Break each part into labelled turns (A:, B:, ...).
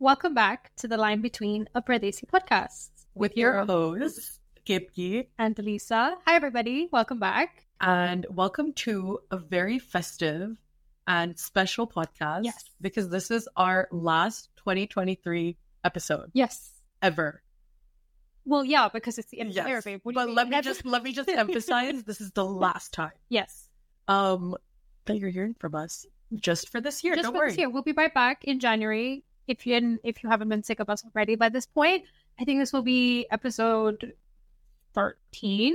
A: Welcome back to the Line Between a Pradesi podcast
B: with your host, Gibgi,
A: and Lisa. Hi, everybody. Welcome back.
B: and welcome to a very festive and special podcast.
A: Yes.
B: Because this is our last 2023 episode
A: Yes.
B: ever.
A: Well, yeah, because it's the end of
B: Yes.
A: the year, babe. What do you
B: But let
A: mean?
B: me just let me just emphasize this is the last time
A: yes.
B: um that you're hearing from us just for this year.
A: just
B: Don't
A: for
B: worry.
A: this year, we'll be right back in January. If you didn't, if you haven't been sick of us already by this point, I think this will be episode thirteen.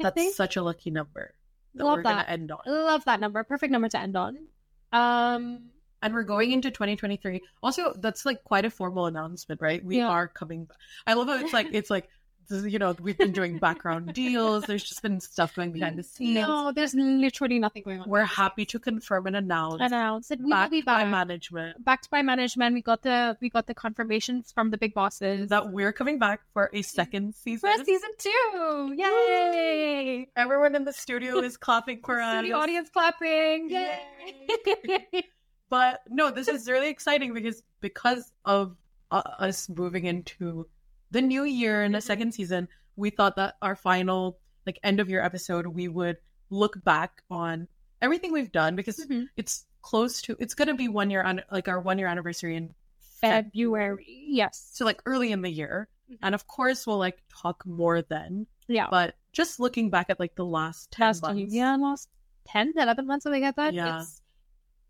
A: I
B: That's
A: think.
B: such a lucky number that
A: Love
B: we're
A: that.
B: gonna end on.
A: Love that number. Perfect number to end on. Um.
B: And we're going into 2023. Also, that's like quite a formal announcement, right? We
A: Yeah.
B: are coming. Back. I love how it's like it's like this is- you know we've been doing background deals. There's just been stuff going behind the scenes.
A: No, there's literally nothing going on.
B: We're happy to confirm and announce
A: announce it. uh, We will
B: backed
A: be
B: by
A: back.
B: management
A: backed by management. We got the we got the confirmations from the big bosses.
B: that we're coming back for a second season.
A: First season two, yay!
B: Everyone in the studio is clapping for us.
A: The audience clapping, yay!
B: But no, this is really exciting because because of uh, us moving into the new year
A: Mm-hmm.
B: and the second season, we thought that our final like end of year episode we would look back on everything we've done because
A: Mhm.
B: it's close to it's going to be one year on like our one year anniversary in Feb,
A: February, yes.
B: so like early in the year,
A: Mhm.
B: and of course we'll like talk more then.
A: yeah,
B: But just looking back at like the last ten
A: last
B: months,
A: yeah, last 10, 11 months something like that.
B: Yeah.
A: It's,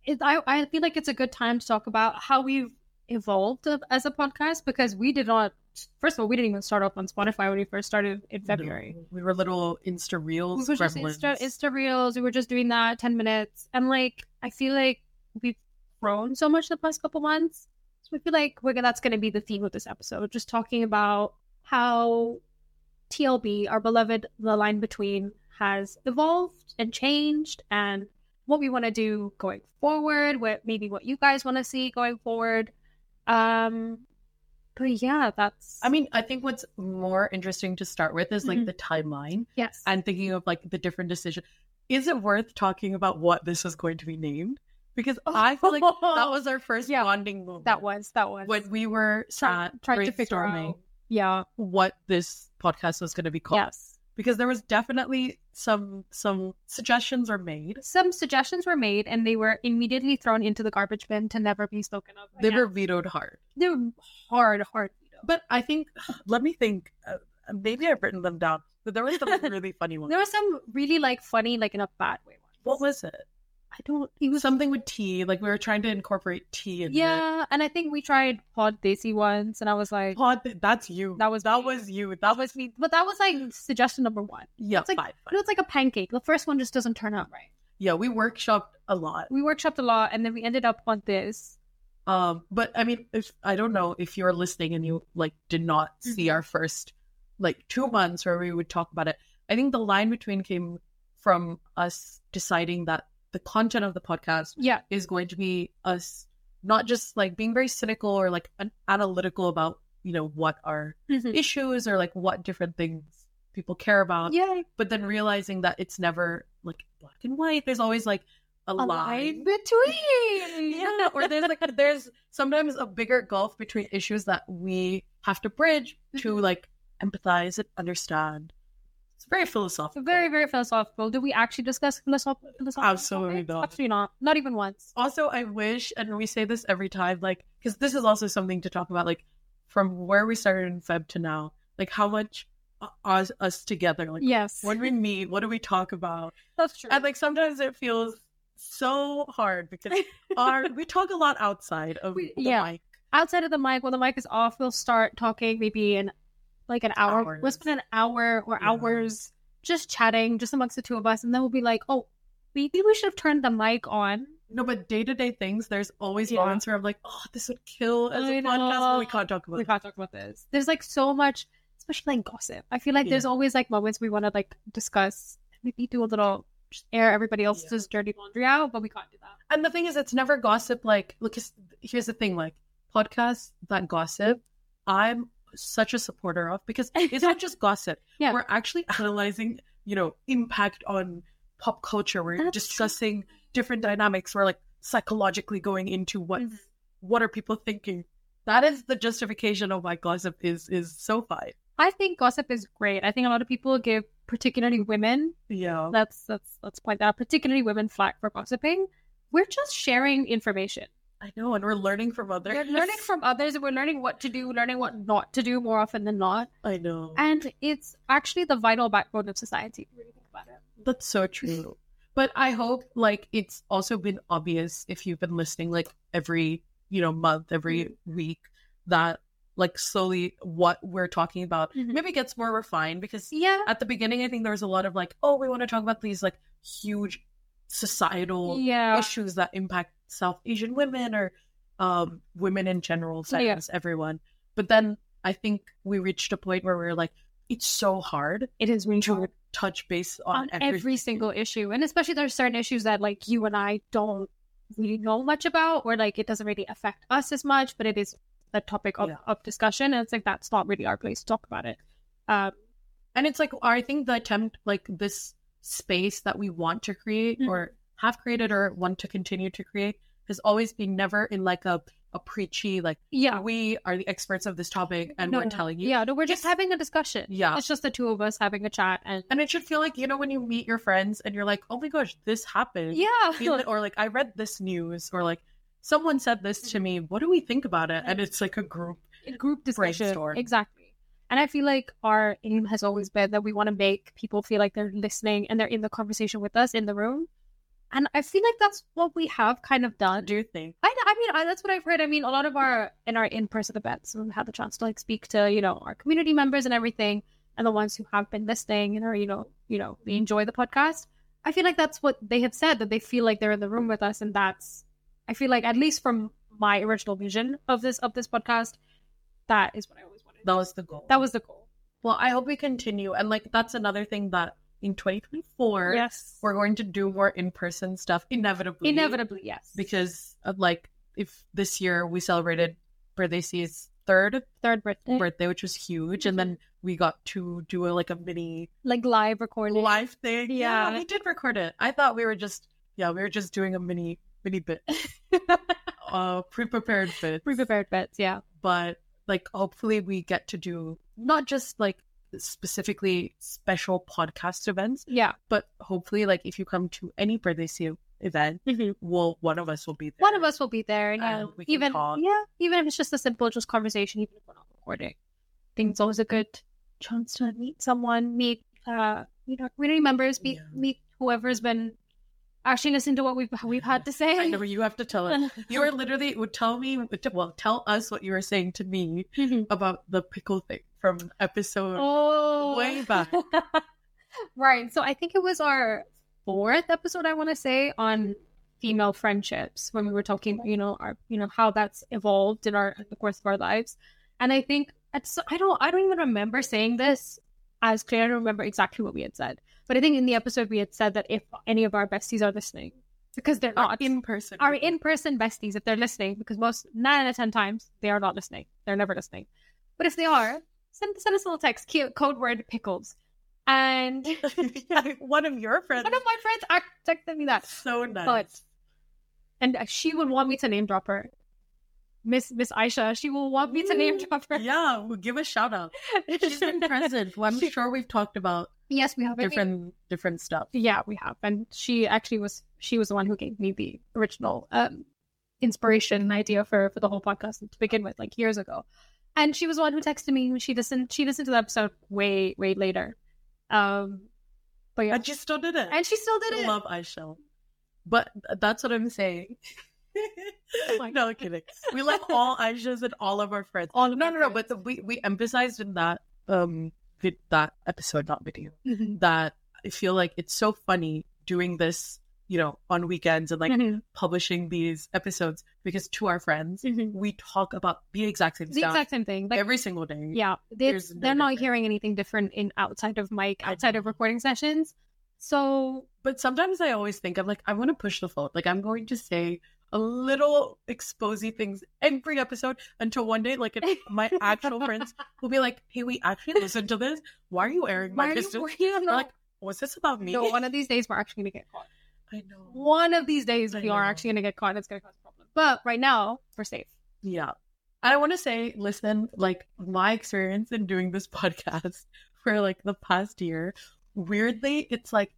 A: it, I I feel like it's a good time to talk about how we've evolved of- as a podcast because we did not. First of all, we didn't even start off on Spotify when we first started in
B: No,
A: February.
B: we were little Insta
A: we
B: reels,
A: were just
B: gremlins.
A: Insta, Insta reels. We were just doing that ten minutes, and like I feel like we've grown so much the past couple months. So I feel like we're gonna- that's going to be the theme of this episode, just talking about how TLB, our beloved The Line Between, has evolved and changed, and what we want to do going forward. What maybe what you guys want to see going forward. Um, but yeah, that's
B: I mean, I think what's more interesting to start with is like
A: Mhm.
B: the timeline
A: yes,
B: and thinking of like the different decision. Is it worth talking about what this is going to be named? Because I feel like that was our first
A: Oh, Yeah.
B: bonding moment.
A: that was that was
B: when we were
A: Try-
B: sat
A: tried to figure
B: brainstorming
A: out. Yeah.
B: what this podcast was going to be called.
A: Yes.
B: Because there was definitely some some suggestions were made.
A: Some suggestions were made and they were immediately thrown into the garbage bin to never be spoken of.
B: They
A: again.
B: were vetoed hard.
A: they were hard, hard. veto.
B: But I think let me think. Uh, maybe I've written them down. But there was some really funny ones.
A: There were some really like funny, like in a bad way ones.
B: What was it?
A: I don't it was
B: something with tea. Like we were trying to incorporate tea in it.
A: Yeah, and I think we tried pod desi once and I was like
B: Pod, that's you.
A: That was
B: that
A: me.
B: was you. That,
A: that
B: was
A: was me but that was like suggestion number one.
B: yeah.
A: It's like-
B: fine,
A: But
B: fine.
A: it's like a pancake. The first one just doesn't turn out right.
B: Yeah, we workshopped a lot.
A: We workshopped a lot and then we ended up on this.
B: Um, but I mean, if I don't know if you're listening and you like did not
A: Mm-hmm.
B: see our first like two months where we would talk about it. I think the line between came from us deciding that the content of the podcast
A: Yeah.
B: is going to be us not just like being very cynical or like an- analytical about you know what our
A: Mhm.
B: issues or like what different things people care about
A: Yeah.
B: but then realizing that it's never like black and white there's always like a,
A: A line
B: line
A: between.
B: yeah or there's like there's sometimes a bigger gulf between issues that we have to bridge to
A: Mm-hmm.
B: like empathize and understand it's very philosophical
A: Very, very philosophical. Do we actually discuss philosoph- philosophical?
B: Absolutely
A: topics?
B: not.
A: Absolutely not. Not even once.
B: also i wish and we say this every time like because this is also something to talk about like from where we started in feb to now like how much uh, us, us together like
A: Yes,
B: when we meet what do we talk about
A: that's true.
B: And like sometimes it feels so hard because our we talk a lot outside of
A: We-
B: the
A: yeah.
B: mic.
A: Outside of the mic, when the mic is off, we'll start talking maybe in like an hour. We'll
B: Hours.
A: spend an hour or
B: Yeah.
A: hours just chatting, just amongst the two of us, and then we'll be like, "Oh, maybe we should have turned the mic on."
B: No, but day to day things, there's always
A: Yeah.
B: moments where I'm like, oh, this would kill as
A: I
B: a podcast, but we
A: know.
B: can't talk about
A: We
B: it.
A: can't talk about this. There's like so much, especially like gossip. I feel like there's always like moments we want to like discuss. Maybe do a little just air everybody else's dirty laundry out, but we can't do that.
B: And the thing is, it's never gossip. Like, look, it's- here's the thing: like podcasts that gossip, I'm such a supporter of because it's not just gossip.
A: Yeah.
B: we're actually analyzing, you know, impact on pop culture. We're
A: That's true.
B: discussing different dynamics. We're like psychologically going into what
A: Mhm.
B: what are people thinking That is the justification of why gossip is is so fine.
A: I think gossip is great. I think a lot of people give, particularly women,
B: Yeah.
A: let's let's let's point that out, particularly women flack for gossiping. We're just sharing information.
B: I know, and we're learning from others.
A: We're learning from others. We're learning what to do, learning what not to do more often than not.
B: I know.
A: And it's actually the vital backbone of society. if you really think about it.
B: That's so true. but I hope like it's also been obvious if you've been listening like every, you know, month, every
A: Mm-hmm.
B: week that like slowly what we're talking about
A: Mhm.
B: maybe gets more refined because
A: Yeah.
B: at the beginning I think there was a lot of like, oh, we want to talk about these like huge societal
A: Yeah.
B: issues that impact South Asian women or um, women in general,
A: Yeah.
B: sentence everyone. But then I think we reached a point where we were like, it's so hard
A: It is really
B: to
A: hard
B: touch base on,
A: on every single issue. And especially there's certain issues that like you and I don't really know much about or like it doesn't really affect us as much, but it is a topic of,
B: Yeah.
A: of discussion. And it's like that's not really our place to talk about it. Um
B: And it's like I think the attempt, like this space that we want to create
A: Mhm.
B: or have created or want to continue to create has always been never in like a a preachy like
A: yeah.
B: we are the experts of this topic and
A: No,
B: we're telling you
A: Yeah, no, we're just
B: Just-
A: having a discussion.
B: yeah
A: It's just the two of us having a chat and
B: and it should feel like you know when you meet your friends and you're like oh my gosh this happened
A: yeah.
B: feel it or like I read this news or like someone said this to me. What do we think about it? And it's like a group.
A: in group discussion.
B: Brainstorm.
A: Exactly. And I feel like our aim has always been that we want to make people feel like they're listening and they're in the conversation with us in the room. And I feel like that's what we have kind of done.
B: Do you think?
A: I, I mean, I, that's what I've heard. I mean, a lot of our in our in-person events, we've had the chance to like speak to you know our community members and everything, and the ones who have been listening and are you know you know they enjoy the podcast. I feel like that's what they have said that they feel like they're in the room with us, and that's I feel like at least from my original vision of this of this podcast, that is what I always wanted.
B: That was the goal.
A: That was the goal.
B: well. I hope we continue. And like that's another thing that in 2024
A: Yes,
B: we're going to do more in-person stuff inevitably.
A: inevitably yes.
B: because of like if this year we celebrated birthday C's third
A: third birthday,
B: birthday, which was huge, and then we got to do a, like a mini
A: like live recording.
B: live thing.
A: Yeah.
B: we did record it. I thought we were just yeah, we were just doing a mini mini bit. uh pre-prepared bits
A: Pre-prepared bits, yeah.
B: but like hopefully we get to do not just like specifically special podcast events
A: Yeah.
B: but hopefully like if you come to any birthday Sale event well one of us will be there
A: one of us will be there and
B: And
A: uh,
B: we can
A: even
B: talk.
A: yeah even if it's just a simple just conversation even if we're not recording i think it's always a good chance to meet someone meet uh you know community members meet
B: Yeah.
A: meet whoever's been actually listening to what we've we've had to say
B: I know you have to tell us. You were literally would tell me, well, tell us what you were saying to me
A: Mhm.
B: about the pickle thing from episode.
A: oh
B: way back.
A: right so i think it was our fourth episode i want to say on female friendships when we were talking you know our you know how that's evolved in our in the course of our lives and i think at so, i don't i don't even remember saying this as clear i don't remember exactly what we had said but i think in the episode we had said that if any of our besties are listening because they're
B: Our
A: not
B: in-person.
A: our in-person besties if they're listening because most nine out of ten times they are not listening they're never listening but if they are send, send us a little text cute code word pickles and one
B: Yeah, one of your friends.
A: of my friends act- texted me that
B: That's so nice.
A: But- and she would want me to name drop her miss miss aisha she will want me to name drop her
B: yeah, we'll give a shout out. Mm. She's been present. Well, I'm
A: She-
B: sure we've talked about
A: yes we have I mean,
B: different different stuff.
A: yeah we have and she actually was she was the one who gave me the original um inspiration and idea for for the whole podcast to begin with like years ago and she was the one who texted me she listened she listened to the episode way way later um but yeah
B: And she still did it.
A: and she still did
B: I
A: it
B: love Aishel. But that's what I'm saying.
A: Oh my
B: no kidding. We love all Aishas and all of our friends.
A: all of
B: No,
A: our
B: no, no.
A: friends.
B: But the, we we emphasized in that um vid- that episode, not video,
A: Mhm.
B: that I feel like it's so funny doing this, you know, on weekends and like
A: Mhm.
B: publishing these episodes because to our friends
A: Mhm.
B: we talk about the exact same
A: the
B: stuff
A: exact same thing like
B: every single day.
A: yeah they,
B: There's no
A: they're not
B: difference.
A: hearing anything different in outside of mic
B: I
A: outside of
B: know.
A: recording sessions so
B: But sometimes I always think I'm like, I want to push the fold. Like I'm going to say a little exposy things every episode until one day, like it, my actual friends will be like, "Hey, we actually listened to this. Why are you airing
A: why
B: my
A: are you
B: business?"
A: working on
B: We're like, was this about me?
A: no one of these days we're actually gonna get caught
B: I know.
A: one of these days
B: I
A: we are
B: know.
A: actually going to get caught and it's going to cause a problem but right now we're safe
B: Yeah, And I want to say, listen, like my experience in doing this podcast for like the past year, weirdly, it's like,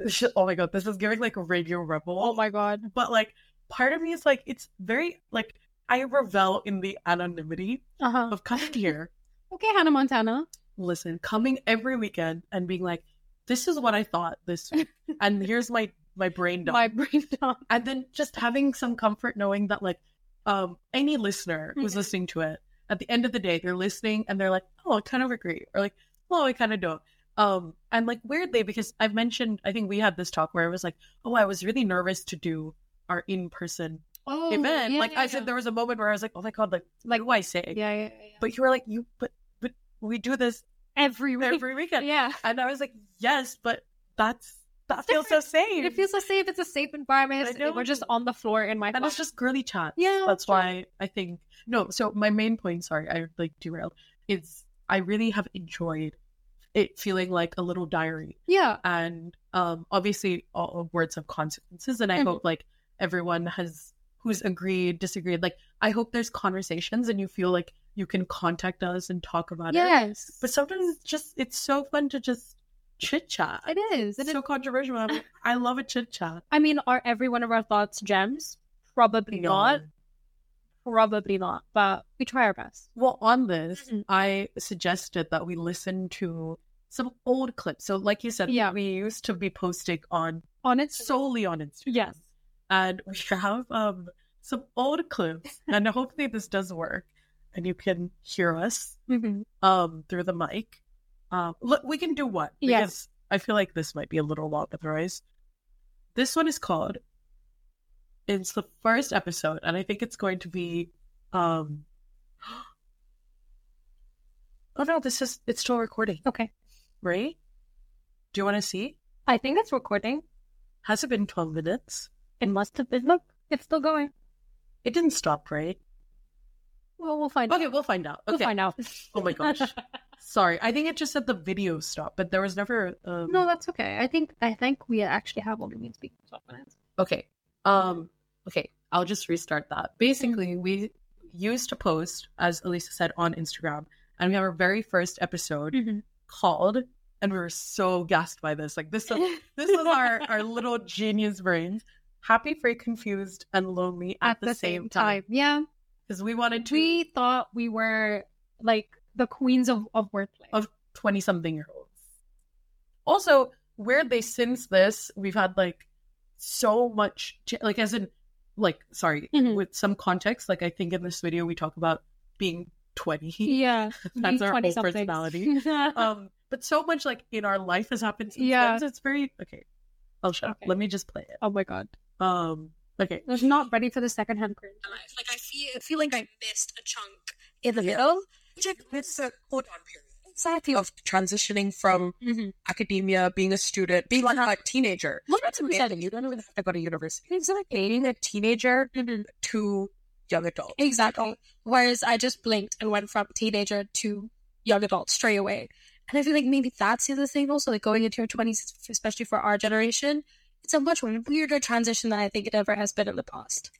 B: th- oh my God, this is giving like Radio Rebel.
A: Oh my god.
B: But like, part of me is like, it's very, like, I revel in the anonymity
A: Uh huh.
B: of coming here,
A: Okay, Hannah Montana.
B: listen, coming every weekend and being like, this is what I thought this week. And here's my, my brain dump.
A: My brain dump.
B: and then just having some comfort knowing that like um any listener who's
A: Mhm.
B: listening to it at the end of the day they're listening and they're like oh i kind of agree or like oh i kind of don't um and like weirdly because i've mentioned i think we had this talk where i was like oh i was really nervous to do our in-person
A: Oh,
B: event
A: yeah,
B: like
A: yeah,
B: i
A: yeah.
B: said there was a moment where i was like oh my god like like
A: Like-
B: what do i say
A: Yeah, yeah, yeah, yeah.
B: but you were like you but but we do this
A: every week.
B: every weekend
A: yeah.
B: and i was like yes but that's that
A: It's
B: feels so safe
A: It feels so safe. It's a safe environment.
B: I
A: It's- We're just
B: know.
A: on the floor in my.
B: And it's just girly chat.
A: Yeah,
B: That's
A: sure.
B: why I think no, so my main point, sorry, I like derailed, is I really have enjoyed it feeling like a little diary.
A: yeah.
B: And um obviously all of words have consequences and I
A: Mhm.
B: hope like everyone has who's agreed, disagreed, like I hope there's conversations and you feel like you can contact us and talk about it.
A: Yes.
B: But sometimes it's just it's so fun to just chit chat.
A: it is. It
B: It's
A: is.
B: so controversial. I'm like, I love a chit chat.
A: I mean, are every one of our thoughts gems? Probably not. Probably not. But we try our best.
B: Well, on this,
A: Mhm.
B: I suggested that we listen to some old clips. So, like you said,
A: Yeah. Mm-hmm.
B: we used to be posting on
A: Honest.
B: solely on Instagram.
A: Yes.
B: And we have um, some old clips. and hopefully, this does work and you can hear us
A: Mm-hmm.
B: um, through the mic. Um, look, we can do what?
A: Yes.
B: Because I feel like this might be a little long otherwise. This one is called, it's the first episode, and I think it's going to be, um, oh no, this is, it's still recording,
A: Okay.
B: right? Do you want to see?
A: I think it's recording.
B: Has it been 12 minutes?
A: It must have been. Look, it's still going.
B: It didn't stop, right?
A: Well, we'll find.
B: Okay,
A: out.
B: we'll find out.
A: We'll
B: Okay.
A: find out.
B: Oh my gosh. Sorry. I think it just said the video stopped, but there was never, um,
A: no, that's okay. I think I think we actually have what we need to speak for twelve minutes.
B: Okay. Um okay, I'll just restart that. Basically, we used to post as Elisa said on Instagram and we have our very first episode called and we were so gassed by this. Like this is this is our our little genius brains. Happy, free, confused, and lonely at, the, same, time.
A: Yeah.
B: Because we wanted to
A: We thought we were like the queens of, of wordplay.
B: Of- 20 something year olds. Also, weirdly, since this, we've had like so much, ch- like, as in, like, sorry,
A: Mhm.
B: with some context, like, I think in this video we talk about being 20.
A: yeah.
B: That's our whole
A: 20-somethings.
B: personality. Um, but so much, like, in our life has happened since
A: Yeah.
B: then, so it's very, okay, I'll shut up.
A: Okay.
B: Let me just play it.
A: oh my god.
B: Um, okay.
A: I'm not ready for the secondhand cringe.
C: life. Like I feel feel like I missed a chunk in the middle. Which I missed a uh, hold on period. Anxiety of transitioning from
A: Mm-hmm.
C: academia, being a student, being like a teenager.
A: Well,
C: That's amazing. You don't even have to go to university. Mm-hmm. It's like dating a teenager to young adult.
D: Exactly. Whereas I just blinked and went from teenager to young adult straight away. And I feel like maybe that's the other thing also, like going into your 20s, especially for our generation, it's a much weirder transition than I think it ever has been in the past.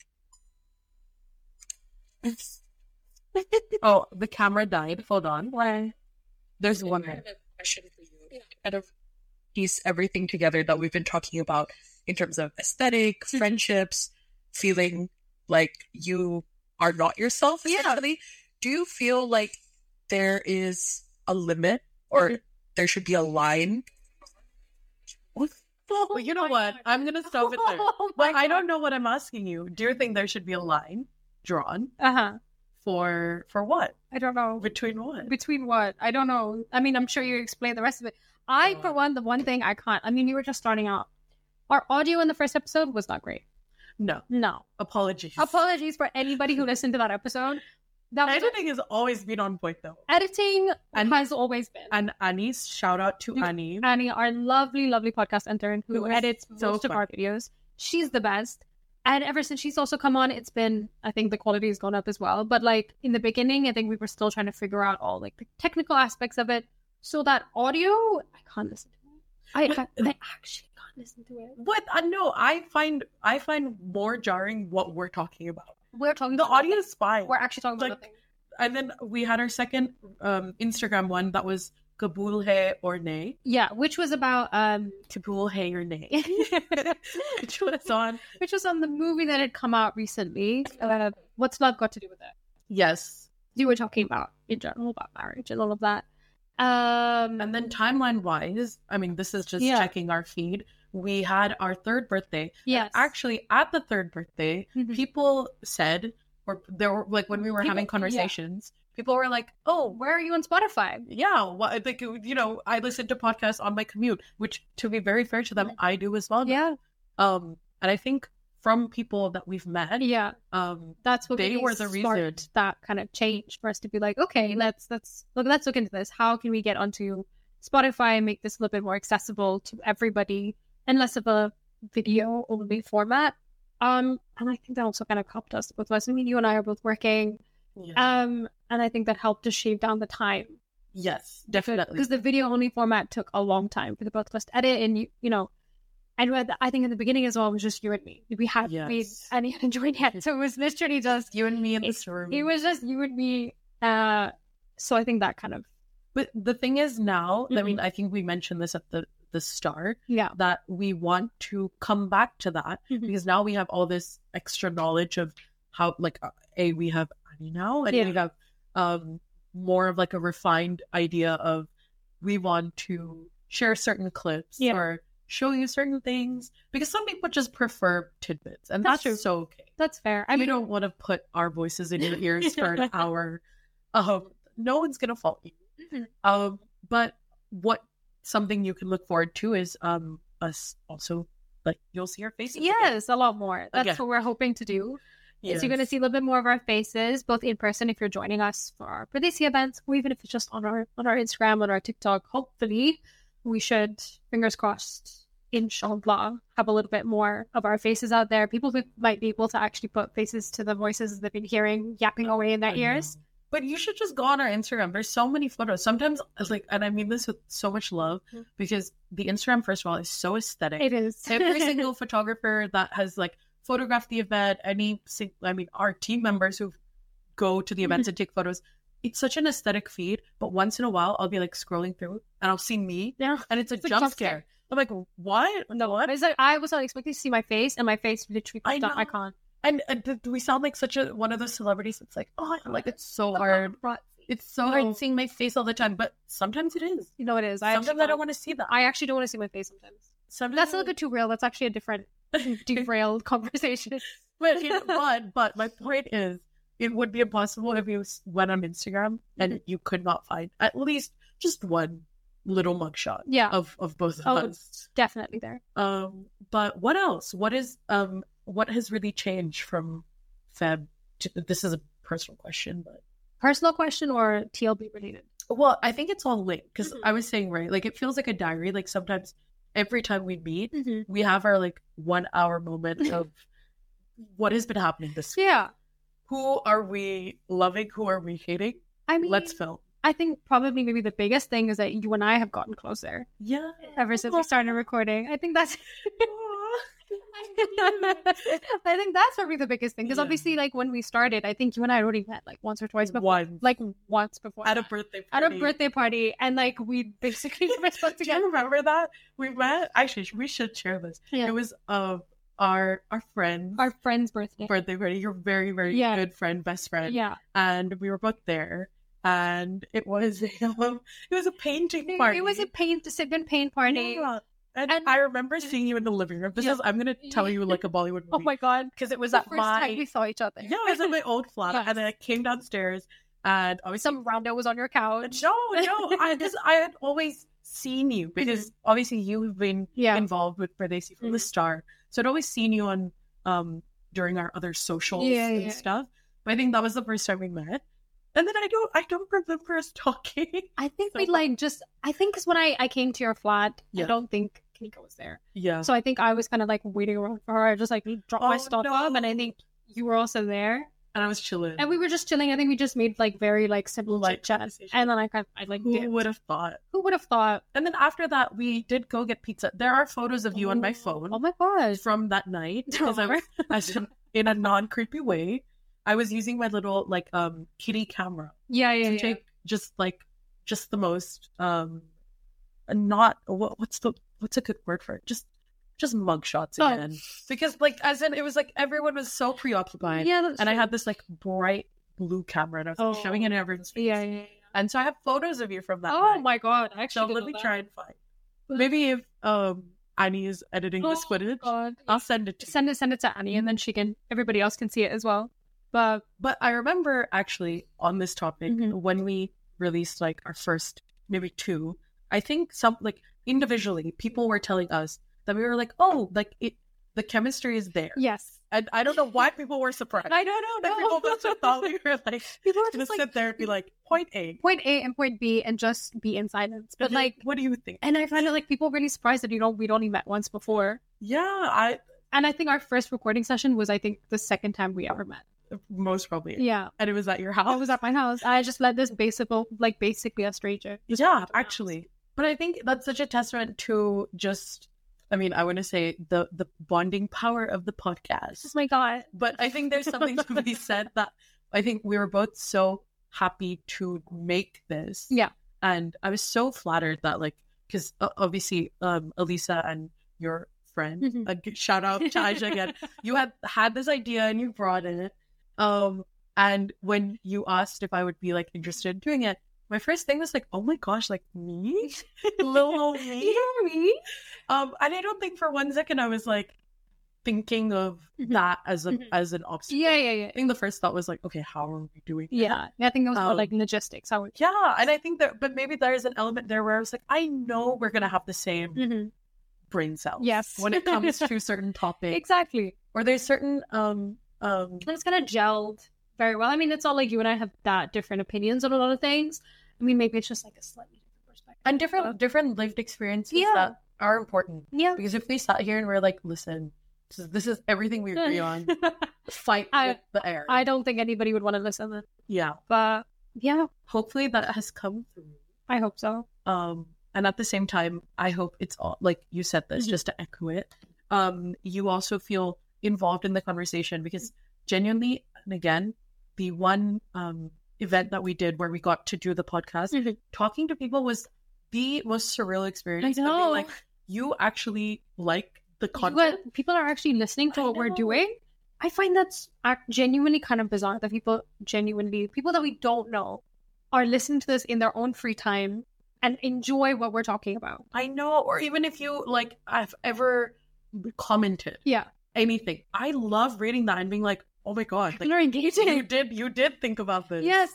B: Oh, the camera died. Hold on. There's one
C: I
B: more.
C: have a question for you. Kind of piece everything together that we've been talking about in terms of aesthetic, friendships, feeling like you are not yourself. Essentially. Do you feel like there is a limit or there should be a line?
B: Well, you know what? I'm going to stop it there. But I don't know what I'm asking you. Do you think there should be a line drawn
A: Uh huh.
D: Uh-huh.
B: for for what?
A: I don't know.
B: Between what?
A: Between what? I don't know. I mean, I'm sure you explained the rest of it. I,
B: Oh.
A: for one, the one thing I can't. I mean, we were just starting out. Our audio in the first episode was not great.
B: No.
A: No.
B: Apologies.
A: Apologies for anybody who listened to that episode. That was
B: Editing has always been on point though.
A: editing
B: And-
A: has always been.
B: And Annie's shout out to
A: You-
B: Annie.
A: Annie, our lovely, lovely podcast intern who
B: Who is
A: edits
B: so
A: most
B: fun.
A: of our videos. She's the best. And ever since she's also come on, it's been I think the quality has gone up as well. But like in the beginning, I think we were still trying to figure out all like the technical aspects of it. So that audio, I can't listen to it. I I, I actually can't listen to it.
B: What? Uh, no, I find I find more jarring what we're talking about.
A: We're talking
B: The
A: about-
B: audience is fine.
A: We're actually talking about
B: like-
A: nothing.
B: And then we had our second um, Instagram one that was Kabul Hai or Nay.
A: Yeah, which was about um,
B: Kabul Hai or Nay. Which was on.
A: which was on the movie that had come out recently. Uh, what's love got to do with it?
B: Yes.
A: You were talking about in general about marriage and all of that. Um,
B: And then timeline wise, I mean, this is just
A: Yeah.
B: checking our feed. We had our third birthday.
A: yes,
B: Actually, at the third birthday,
A: Mhm.
B: people said, or there were like when we were
A: People-
B: having
A: yeah.
B: conversations, people were like, oh,
A: where are you on Spotify?
B: yeah, what, like, you know, I listen to podcasts on my commute, which to be very fair to them, I do as well. now.
A: Yeah,
B: Um, and I think from people that we've met,
A: yeah,
B: um,
A: that's what
B: They
A: really
B: were the
A: sparked
B: reason.
A: that kind of change for us to be like, okay, let's let's look, let's look into this. How can we get onto Spotify and make this a little bit more accessible to everybody and less of a video only format? Um, and I think that also kind of helped us both of us. I mean, you and I are both working.
B: yeah.
A: Um, and I think that helped to shave down the time
B: yes, definitely.
A: because the video only format took a long time for the both of us to edit, and you, you know, and we had the- I think in the beginning as well it was just you and me. We had we
B: Yes.
A: and you enjoyed it, so it was literally just
B: you and me in
A: it-
B: this room.
A: it was just you and me. Uh, so I think that kind of
B: But the thing is now, I mean, I think we mentioned this at the the start
A: yeah
B: that we want to come back to that
A: Mhm.
B: because now we have all this extra knowledge of how, like, uh, a we have Annie now, and
A: Yeah.
B: we have um more of like a refined idea of we want to share certain clips
A: Yeah.
B: or show you certain things because some people just prefer tidbits, and
A: That's
B: that's,
A: true.
B: so okay.
A: that's fair. I
B: I
A: mean,
B: don't want to put our voices in your ears for an hour. Um, no one's gonna fault you.
A: Mhm.
B: Um, but what something you can look forward to is um us also like you'll see our faces. again.
A: yes, a lot more. That's
B: Again.
A: what we're hoping to do.
B: yes.
A: So you're going to see a little bit more of our faces, both in person if you're joining us for our Pradesi events, or even if it's just on our on our Instagram, on our TikTok. Hopefully, we should, fingers crossed, inshallah, have a little bit more of our faces out there. People who might be able to actually put faces to the voices they've been hearing yapping away in
B: Oh, I
A: their ears.
B: know. But you should just go on our Instagram. There's so many photos. Sometimes like, and I mean this with so much love
A: Mhm.
B: because the Instagram, first of all, is so aesthetic.
A: It is
B: every single photographer that has like photographed the event any sing- i mean our team members who go to the events and take photos it's such an aesthetic feed but once in a while i'll be like scrolling through and i'll see me
A: yeah.
B: and it's a
A: It's a
B: jump,
A: jump
B: scare.
A: scare.
B: i'm like what
A: No, what is that? I was not expecting to see my face, and my face literally
B: I
A: popped up. I
B: know.
A: can't.
B: and, and th- we sound like such a one of those celebrities it's like oh I- like it's so hard it's so
A: No.
B: hard seeing my face all the time but sometimes it is
A: You know it is. I
B: sometimes
A: actually
B: i don't
A: can't.
B: want to see that
A: I actually don't want to see my face sometimes.
B: sometimes
A: That's a
B: I
A: little bit too real. That's actually a different derailed conversation.
B: but you know, but but my point is, it would be impossible if you s- went on Instagram and you could not find at least just one little mugshot
A: Yeah,
B: of of both of
A: Oh.
B: us.
A: definitely there.
B: Um, but what else? What is um what has really changed from Feb? To, this is a personal question, but
A: Personal question or TLB related?
B: well, I think it's all linked because
A: Mhm.
B: I was saying right, like it feels like a diary. Like sometimes, every time we meet,
A: Mm-hmm.
B: we have our like one hour moment of what has been happening this week.
A: Yeah,
B: who are we loving? Who are we hating?
A: I mean,
B: Let's film.
A: I think probably maybe the biggest thing is that you and I have gotten closer
B: Yeah.
A: ever since we started recording. I think that's. I think that's probably the biggest thing because
B: Yeah.
A: obviously, like when we started, I think you and I had already met like once or twice before,
B: One.
A: like once before
B: at a
A: that.
B: birthday
A: at
B: party.
A: a birthday party, and like we basically were supposed to
B: Do
A: get
B: you remember that? We met actually we should share this.
A: Yeah.
B: It was uh, our our friend
A: our friend's birthday.
B: birthday party, your very, very
A: Yeah.
B: good friend, best friend.
A: Yeah,
B: And we were both there. And it was a, um, it was a painting
A: it,
B: party.
A: it was a paint, second paint party.
B: Yeah. And,
A: And-
B: I remember seeing you in the living room. This
A: Yeah.
B: is I'm gonna tell you like a Bollywood movie.
A: Oh my god,
B: because it was
A: the
B: at
A: first
B: my
A: time we saw each other.
B: yeah, it was at my old flat, and then I came downstairs and I was
A: some rando was on your couch.
B: no, no, I just I had always seen you because obviously you have been
A: Mm-hmm. Yeah,
B: involved with Pradesi from the
A: Mhm.
B: start, so I'd always seen you on um during our other socials
A: Yeah,
B: and
A: yeah.
B: stuff. But I think that was the first time we met, and then I don't I don't remember us talking.
A: I think
B: So
A: we like just. I think because when I I came to your flat,
B: Yeah.
A: I don't think Kanika was there,
B: Yeah,
A: so I think I was kind of like waiting around for her. I just like dropped my
B: Oh,
A: stuff
B: no.
A: up, and I think you were also there,
B: and I was chilling.
A: and we were just chilling. I think we just made like very like simple like
B: Light
A: chat,
B: conversation.
A: and then I kind of, I like
B: Who
A: dipped.
B: would have thought?
A: who would have thought?
B: And then after that, we did go get pizza. There are photos of you on my phone
A: Oh my gosh.
B: from that night because I was I said, in a non creepy way. I was using my little like um kitty camera
A: Yeah, yeah,
B: to
A: yeah.
B: take just like just the most um not what, what's the what's a good word for it? Just just mug shots
A: Oh.
B: again. Because like as in it was like everyone was so preoccupied.
A: yeah, that's
B: and I
A: true.
B: had this like bright blue camera and I was like,
A: Oh.
B: shoving it in everyone's face.
A: Yeah, yeah, yeah.
B: And so I have photos of you from that.
A: Oh
B: night.
A: my god! I actually
B: So
A: didn't
B: let
A: know
B: me
A: that.
B: try and find. Maybe if um Annie is editing this
A: Oh,
B: footage,
A: God.
B: I'll send it to you.
A: Send it, send it to Annie, and then she can. Everybody else can see it as well. But
B: But I remember actually on this topic
A: Mhm.
B: when we released like our first maybe two. I think some like individually people were telling us that we were like, oh, like it, the chemistry is there,
A: yes,
B: and I don't know why people were surprised.
A: I don't know.
B: Like,
A: No.
B: people must have thought we were like
A: People are
B: gonna
A: just like
B: sit there and be like point A,
A: point A and point B, and just be in silence. But like,
B: what do you think?
A: and I find it like people are really surprised that you know we'd only met once before.
B: Yeah, I
A: And I think our first recording session was, I think, the second time we ever met.
B: most probably,
A: Yeah,
B: and it was at your house.
A: I was at my house. I just let this basic, like basically a stranger. just walk
B: yeah
A: into my house.
B: actually but i think that's such a testament to just i mean i want to say the the bonding power of the
A: Oh
B: podcast
A: my god.
B: but i think there's something to be said that i think we were both so happy to make this
A: Yeah.
B: and i was so flattered that like because uh, obviously um elisa and your friend
A: Mhm.
B: a g- shout out to aisha again you had had this idea and you brought in it um and when you asked if i would be like interested in doing it my first thing was like oh my gosh like me little old me
A: You know me?
B: um and i don't think for one second i was like thinking of
A: Mhm.
B: that as a
A: Mhm.
B: as an obstacle
A: Yeah, yeah, yeah.
B: i think the first thought was like okay how are we doing that?
A: Yeah, I think that was more
B: Um,
A: like logistics. How it,
B: yeah and i think that but maybe there is an element there where i was like i know we're gonna have the same
A: Mhm.
B: brain cells
A: Yes.
B: when it comes to certain topics
A: exactly.
B: or there's certain um um
A: And it's kind of gelled very well. I mean, it's not like you and I have that different opinions on a lot of things. I mean, maybe it's just like a slightly different perspective
B: and different different lived experiences
A: Yeah.
B: that are important
A: Yeah.
B: because if we sat here and we're like listen this is, this is everything we agree on fight
A: I-
B: with the air
A: I don't think anybody would want to listen, then.
B: yeah
A: but yeah,
B: hopefully that has come through
A: I hope so.
B: um and at the same time i hope it's all like you said this
A: Mhm.
B: just to echo it um you also feel involved in the conversation because genuinely and again the one um event that we did where we got to do the podcast
A: Mhm.
B: talking to people was the most surreal experience
A: I
B: of being
A: know.
B: like you actually like the
A: You got-
B: content
A: people are actually listening to
B: I
A: what we're
B: know.
A: doing. I find that's ac- genuinely kind of bizarre that people genuinely, people that we don't know, are listening to this in their own free time and enjoy what we're talking about.
B: i know or even if you like i've ever commented
A: Yeah.
B: anything i love reading that and being like oh my god like,
A: People are
B: you
A: engaging.
B: did you did think about this
A: Yes.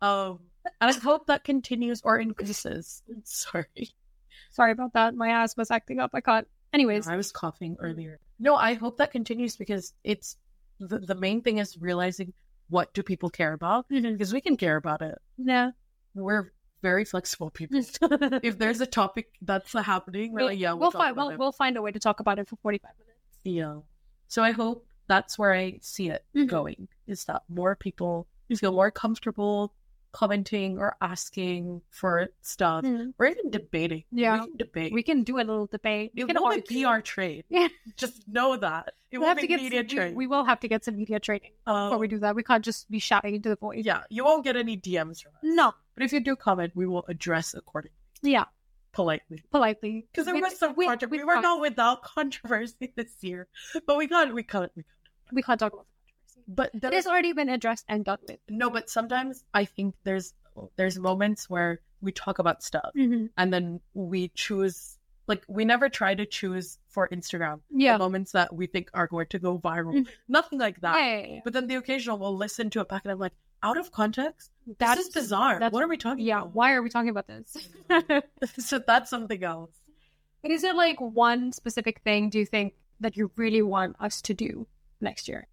B: um and i hope that continues or increases sorry
A: Sorry about that. My ass was acting up. I can't. Anyways,
B: i was coughing earlier no i hope that continues because it's the, the main thing is realizing what do people care about
A: Mhm.
B: because we can care about it
A: no.
B: we're very flexible people if there's a topic that's happening, we're
A: We'll-
B: like, yeah,
A: we'll,
B: we'll, talk
A: find
B: about
A: we'll,
B: it.
A: we'll find a way to talk about it for 45 minutes.
B: Yeah. So I hope that's where I see it
A: Mhm.
B: going is that more people feel more comfortable commenting or asking for stuff or even debating.
A: Mm. Mm-hmm. Yeah.
B: We can debate.
A: We can do a little debate. We
B: it
A: can
B: won't
A: argue.
B: be our trade.
A: Yeah.
B: Just know that. It
A: We'll
B: won't
A: have to
B: be
A: get
B: media
A: some, we,
B: trade.
A: we will have to get some media training
B: Um,
A: before we do that. We can't just be shouting into the void.
B: yeah. You won't get any DMs from us.
A: No.
B: But if you do comment, we will address accordingly,
A: Yeah.
B: politely.
A: Politely.
B: Because there
A: With-
B: was some
A: with-
B: controversy.
A: with
B: We were
A: con-
B: not without controversy this year, but we got we got we
A: We can't talk about it.
B: But there
A: It has already been addressed and done with.
B: no, but sometimes I think there's there's moments where we talk about stuff
A: Mm-hmm. Mm.
B: and then we choose like we never try to choose for Instagram
A: Yeah.
B: the moments that we think are going to go viral.
A: Mhm.
B: Nothing like that.
A: Yeah, yeah, yeah.
B: But then the occasional will listen to it back and I'm like, out of context,
A: That's
B: this is bizarre.
A: that's-
B: what are we talking
A: Yeah.
B: about?
A: Why are we talking about this?
B: so that's something else.
A: But is there like one specific thing do you think that you really want us to do next year?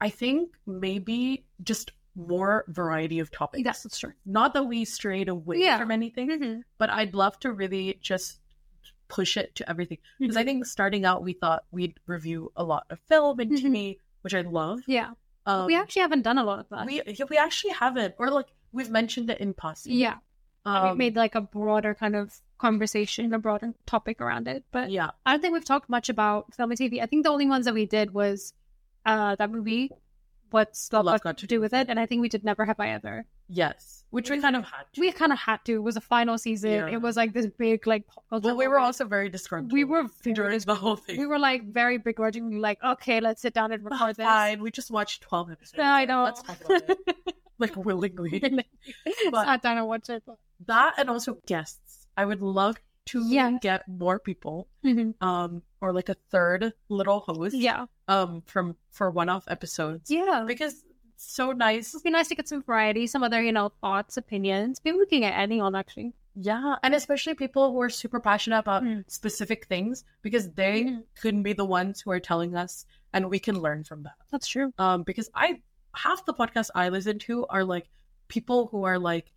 B: I think maybe just more variety of topics.
A: That's the story.
B: Not that we strayed away
A: Yeah.
B: from anything, but I'd love to really just push it to everything. Because
A: Mm-hmm.
B: I think starting out, we thought we'd review a lot of film and
A: Mhm.
B: TV, which I love.
A: Yeah.
B: Um,
A: we actually haven't done a lot of that.
B: we yeah, we actually haven't, or like we've mentioned it in passing.
A: yeah.
B: um,
A: we've made like a broader kind of conversation, a broader topic around it. But
B: yeah,
A: I don't think we've talked much about film and TV. I think the only ones that we did was uh, that movie what's love,
B: Love
A: got, to do with it.
B: it.
A: And I think we did Never Have I Ever.
B: Yes, which we kind of had. To.
A: We kind of had to. It was a final season.
B: Yeah.
A: It was like this big like pop culture.
B: but we were
A: moment.
B: also very disgruntled.
A: we were very
B: during the whole thing.
A: we were like very begrudgingly like okay let's sit down and
B: Oh,
A: record this.
B: fine. We just watched twelve episodes.
A: Yeah, I know.
B: Let's talk about it. like willingly. But-
A: Sat down and watched it.
B: That and also guests. I would love to
A: Yeah.
B: get more people,
A: Mhm.
B: um, or like a third little host,
A: Yeah,
B: um, from for one-off episodes.
A: yeah.
B: because it's so nice.
A: It'd be nice to get some variety, some other you know thoughts, opinions. Maybe we can get any on actually.
B: Yeah, and especially people who are super passionate about
A: Mm.
B: specific things because they
A: Mhm.
B: can be the ones who are telling us, and we can learn from that.
A: That's true.
B: Um, because I half the podcasts I listen to are like people who are like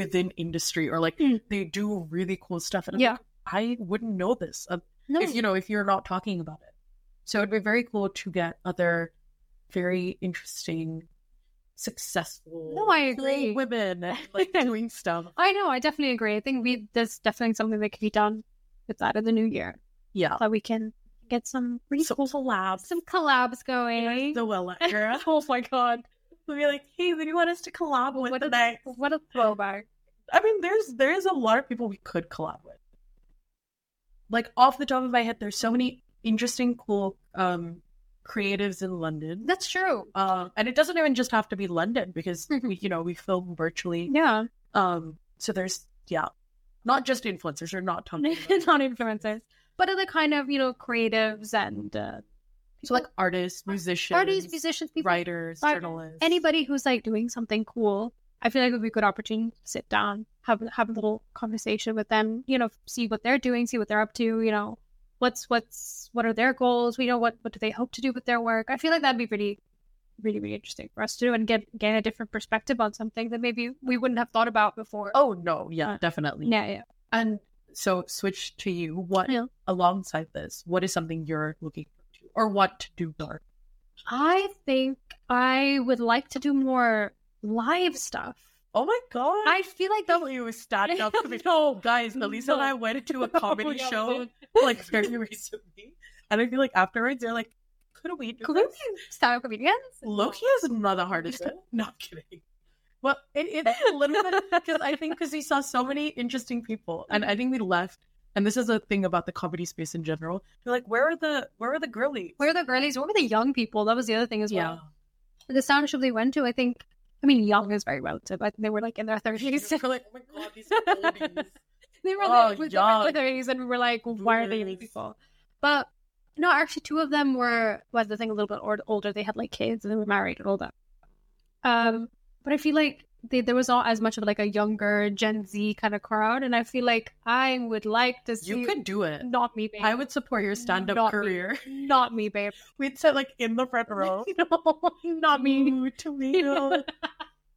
B: within industry or like
A: Mm.
B: they do really cool stuff, and I'm
A: Yeah.
B: like, I wouldn't know this uh,
A: No,
B: if you know if you're not talking about it. So it'd be very cool to get other very interesting, successful,
A: No, I
B: cool
A: agree.
B: women and, like doing stuff.
A: I know. I definitely agree. I think we there's definitely something that could be done with that in the new year
B: Yeah.
A: that we can get some really
B: Some
A: cool,
B: collabs.
A: some collabs going.
B: the Willa girl.
A: oh my god,
B: We'll be like, hey, what do you want us to collab with
A: what
B: the
A: a,
B: next?
A: what a throwback!
B: I mean, there's there's a lot of people we could collab with. Like off the top of my head, there's so many interesting, cool um creatives in London.
A: That's true.
B: Uh, and it doesn't even just have to be London because
A: Mhm.
B: we, you know we film virtually.
A: Yeah,
B: Um, so there's yeah, not just influencers or not talking. about-
A: not influencers, but other kind of you know creatives and uh,
B: so like artists, musicians,
A: artists, musicians, people
B: writers,
A: Art-
B: journalists,
A: anybody who's like doing something cool, I feel like it would be a good opportunity to sit down, have have a little conversation with them, you know, see what they're doing, see what they're up to, you know, what's what's what are their goals, we know what what do they hope to do with their work. I feel like that'd be really really really interesting for us to do and get get a different perspective on something that maybe we wouldn't have thought about before.
B: Oh no, yeah,
A: Uh,
B: definitely.
A: yeah, yeah.
B: And so switch to you. What
A: Yeah.
B: alongside this, what is something you're looking to or what to do dark?
A: I think I would like to do more live stuff.
B: Oh my god.
A: I feel like the
B: you stand
A: up to me.
B: No, guys, Elisa and
A: No. Oh
B: I went to a comedy
A: No,
B: show
A: dude.
B: like very recently. And I feel like afterwards they're like, could we do
A: Could
B: this?
A: we style comedians?
B: Loki is not the hardest. one. no, I'm kidding. Well, it, it's a little bit because I think because we saw so many interesting people, and I think we left. And this is a thing about the comedy space in general. You're like, where are the where are the girlies?
A: Where are the girlies? Where were the young people? That was the other thing as well.
B: yeah,
A: the sound show they went to, I think, I mean, young is very relative. I think they were like in their 30s.
B: You're like, oh my god, these are oldies.
A: they were
B: Oh,
A: like with
B: young.
A: their 30s, and we were like, why are they these
B: Boomers.
A: people? But no, actually, two of them were, was the thing a little bit or- older. They had like kids and they were married and all that. Um, but I feel like they, there was not as much of like a younger Gen Z kind of crowd. And I feel like I would like to see.
B: You could do it.
A: Not me, babe.
B: I would support your stand up
A: Not me.
B: career.
A: Not me, babe.
B: We'd sit like in the front row.
A: no, not me.
B: Ooh, tomato.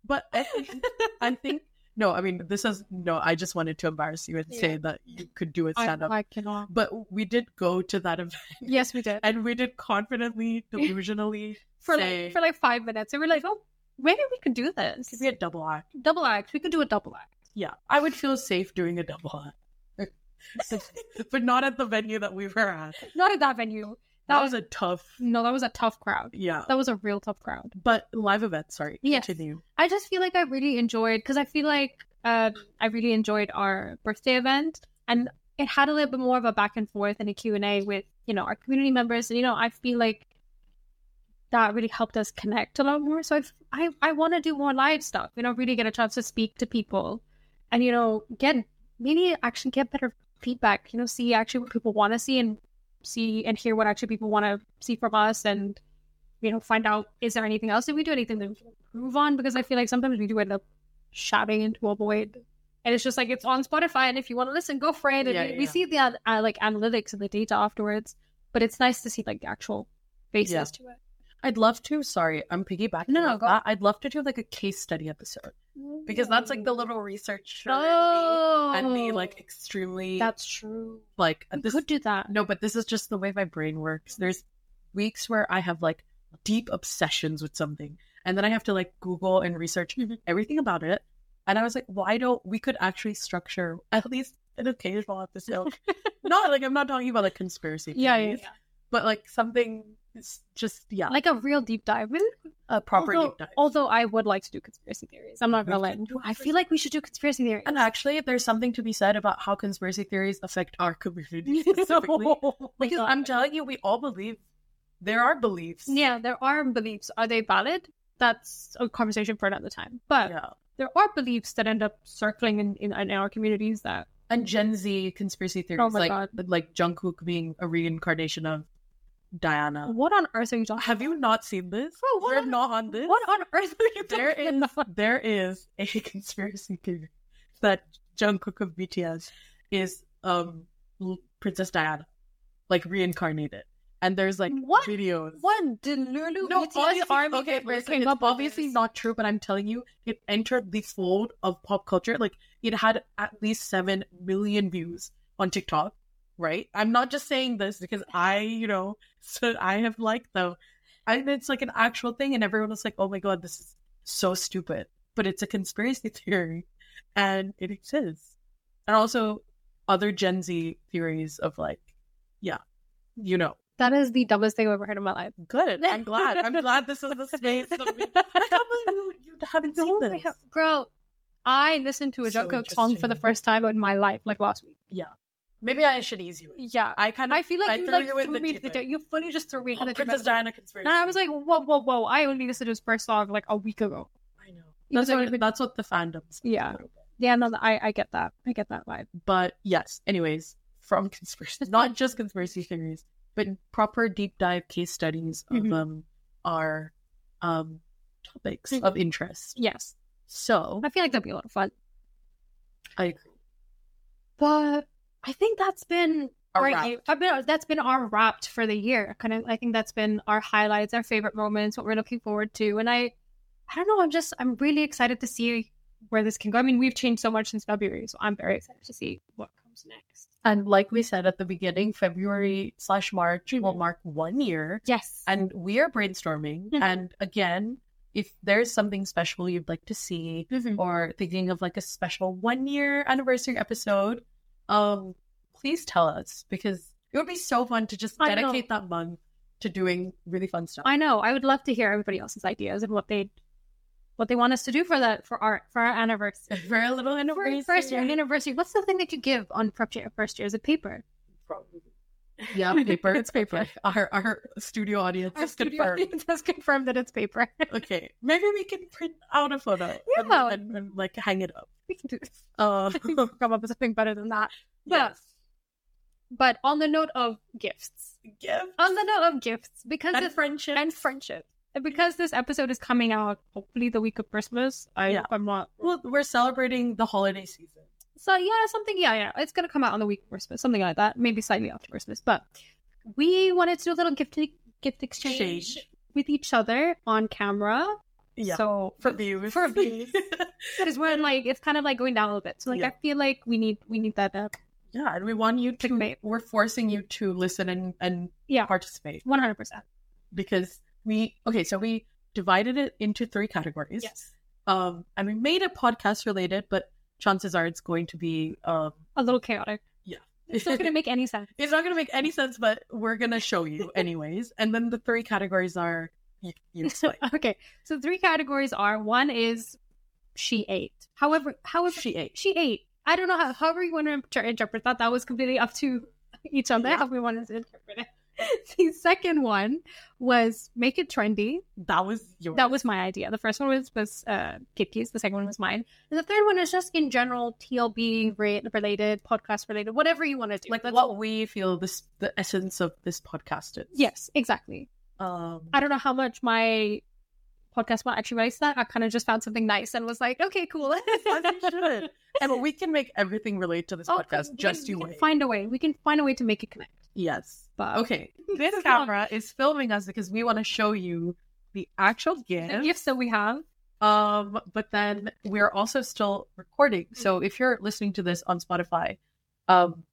B: but I think, I think no. I mean, this is no. I just wanted to embarrass you and
A: Yeah.
B: say that you could do a
A: I,
B: stand up.
A: I cannot.
B: But we did go to that event,
A: Yes, we did.
B: and we did confidently, delusionally
A: for
B: say-
A: like for like five minutes, and we're like, oh, maybe we can do this.
B: because we had double act.
A: double act. We can do a double act.
B: Yeah, I would feel safe doing a double act, but not at the venue that we were at.
A: Not at that venue.
B: That,
A: That
B: was a tough.
A: No, that was a tough crowd.
B: Yeah,
A: That was a real tough crowd.
B: but live event. Sorry,
A: Yes.
B: continue.
A: I just feel like I really enjoyed because I feel like um, I really enjoyed our birthday event, and it had a little bit more of a back and forth and a Q and A with you know our community members, and you know I feel like that really helped us connect a lot more. So I I, I want to do more live stuff, you know, really get a chance to speak to people, and you know get maybe actually get better feedback, you know, see actually what people want to see and see and hear what actually people want to see from us and you know, find out is there anything else that we do, anything that we can improve on? Because I feel like sometimes we do end up shouting into a void, and it's just like it's on Spotify, and if you want to listen, go for it. And
B: Yeah,
A: we,
B: yeah,
A: we
B: yeah.
A: see the an- uh, like analytics and the data afterwards, but it's nice to see like the actual faces
B: Yeah.
A: to it.
B: I'd love to. Sorry, I'm piggybacking.
A: No, no,
B: off
A: go.
B: that. I'd love to do like a case study episode because that's like the little research
A: oh,
B: and the like extremely
A: that's true.
B: like
A: We
B: this
A: could do that.
B: No, but this is just the way my brain works. There's weeks where I have like deep obsessions with something, and then I have to like Google and research
A: Mhm.
B: everything about it. And I was like, why don't we could actually structure at least an occasional episode? not like I'm not talking about like conspiracy.
A: Yeah, yeah,
B: theories,
A: yeah.
B: but like something it's just yeah,
A: like a real deep dive. Really?
B: a proper
A: although,
B: deep dive.
A: although I would like to do conspiracy theories. I'm not gonna lie.
B: Mhm.
A: I feel like we should do conspiracy theories.
B: and actually, there's something to be said about how conspiracy theories affect our community specifically. uh, because I'm telling you, we all believe there are beliefs.
A: yeah, there are beliefs. Are they valid? That's a conversation for another time. But
B: Yeah.
A: there are beliefs that end up circling in, in, in our communities that
B: And Gen Z conspiracy theories,
A: my
B: like
A: God.
B: like Jungkook being a reincarnation of Diana.
A: what on earth are you talking
B: Have you not seen this?
A: Bro, what
B: You're
A: on-
B: not on this.
A: What on earth are you
B: there
A: talking
B: is
A: about?
B: there is a conspiracy theory that Jungkook of BTS is um L- Princess Diana, like reincarnated, and there's like
A: What?
B: videos.
A: What did Lulu
B: No,
A: BTS
B: obviously-
A: E army
B: okay,
A: members
B: listen,
A: came
B: it's
A: up with
B: obviously
A: this?
B: not true, but I'm telling you, it entered the fold of pop culture. Like it had at least seven million views on TikTok, right? I'm not just saying this because I, you know, so I have liked them. And it's like an actual thing, and everyone was like, "Oh my god, this is so stupid," but it's a conspiracy theory, and it exists. And also, other Gen Z theories of like, yeah, you know,
A: That is the dumbest thing I've ever heard in my life.
B: Good. I'm glad. I'm glad this is the space. That we... I can't believe you, you haven't seen
A: No, I
B: this.
A: have- Girl, I listened to a
B: So
A: Jungkook song for the
B: interesting.
A: first time in my life, like last week.
B: Maybe I should ease you. in.
A: Yeah.
B: I kind of
A: I feel like
B: I
A: you
B: threw
A: like
B: you in
A: threw
B: the
A: me
B: deep
A: to the
B: end.
A: di- You fully just threw me
B: Oh,
A: into the deep
B: Princess
A: end.
B: Diana conspiracy.
A: And I was like, whoa, whoa, whoa. I only listened to his first song like a week ago.
B: I know.
A: Even
B: That's
A: though
B: what,
A: it's been-
B: that's what the fandoms.
A: Yeah. Yeah, no, I, I get that. I get that vibe.
B: But yes. Anyways, from conspiracy, not just conspiracy theories, but proper deep dive case studies of
A: Mhm.
B: um our um topics
A: Mhm.
B: of interest.
A: Yes.
B: So
A: I feel like that'd be a lot of fun.
B: I agree.
A: But I think that's been
C: A
A: right.
C: wrap.
A: you- I've been, that's been our wrapped for the year. Kind of, I think that's been our highlights, our favorite moments, what we're looking forward to. And I, I don't know. I'm just, I'm really excited to see where this can go. I mean, we've changed so much since February, so I'm very excited to see what comes next.
B: And like we said at the beginning, February slash March will mark one year
A: Yes.
B: and we are brainstorming
A: Mhm.
B: and again if there's something special you'd like to see
A: Mhm.
B: or thinking of like a special one year anniversary episode um please tell us because it would be so fun to just
A: I know.
B: dedicate that month to doing really fun stuff
A: I know. I would love to hear everybody else's ideas and what they, what they want us to do for that for our for our anniversary.
B: for a little
A: For
B: anniversary
A: our first year anniversary, what's the thing that you give on prep year first year? Is it paper?
B: yeah paper it's paper our our studio audience
A: Our
B: is
A: studio
B: confirmed
A: audience has confirmed that it's paper.
B: okay maybe we can print out a photo and,
A: Yeah.
B: and, and, like hang it up
A: we can do this.
B: uh
A: I think we can come up with something better than that. But but on the note of gifts,
B: give
A: on the note of gifts, because
B: and
A: it's
B: friendship
A: and friendship, and because this episode is coming out hopefully the week of Christmas. I
B: Yeah.
A: hope I'm not.
B: Well, we're celebrating the holiday season.
A: So yeah, something. Yeah, yeah. It's gonna come out on the week of Christmas, something like that. Maybe slightly after Christmas, but we wanted to do a little gift gift exchange with each other on camera.
B: Yeah.
A: So
B: for views.
A: For views. because we're in, like it's kind of like going down a little bit. So like
B: Yeah.
A: I feel like we need we need that up.
B: yeah, and we want you to.
A: Clickbait.
B: We're forcing you to listen and and
A: Yeah.
B: participate
A: One hundred percent.
B: because we okay. So we divided it into three categories.
A: Yes.
B: Um, and we made it podcast related, but chances are it's going to be um.
A: A little chaotic. It's not gonna make any sense.
B: It's not going to make any sense, but we're going to show you anyways. And then the three categories are you, you explain.
A: Okay, so three categories are one is she ate. However, however she,
B: she ate.
A: ate. I don't know how however you want to inter- interpret that. That was completely up to each other
B: Yeah.
A: how we wanted to interpret it. The second one was make it trendy.
B: That was your.
A: That was my idea. The first one was was uh, Kitty's. The second one was mine, and the third one is just in general TLB re- related, podcast related, whatever you want to do.
B: like
A: That's-
B: what we feel this the essence of this podcast is.
A: Yes, exactly.
B: Um.
A: I don't know how much my podcast will actually release that. I kind of just found something nice and was like, okay, cool.
B: As you should. and we can make everything relate to this
A: Oh,
B: podcast.
A: we
B: just
A: can,
B: you
A: we can
B: wait.
A: find a way. We can find a way to make it connect.
B: yes.
A: But
B: Okay. This
A: Come
B: camera is filming us because we want to show you the actual
A: the
B: gift.
A: gifts that we have,
B: Um, but then we're also still recording.
A: Mm-hmm.
B: So if you're listening to this on Spotify, um,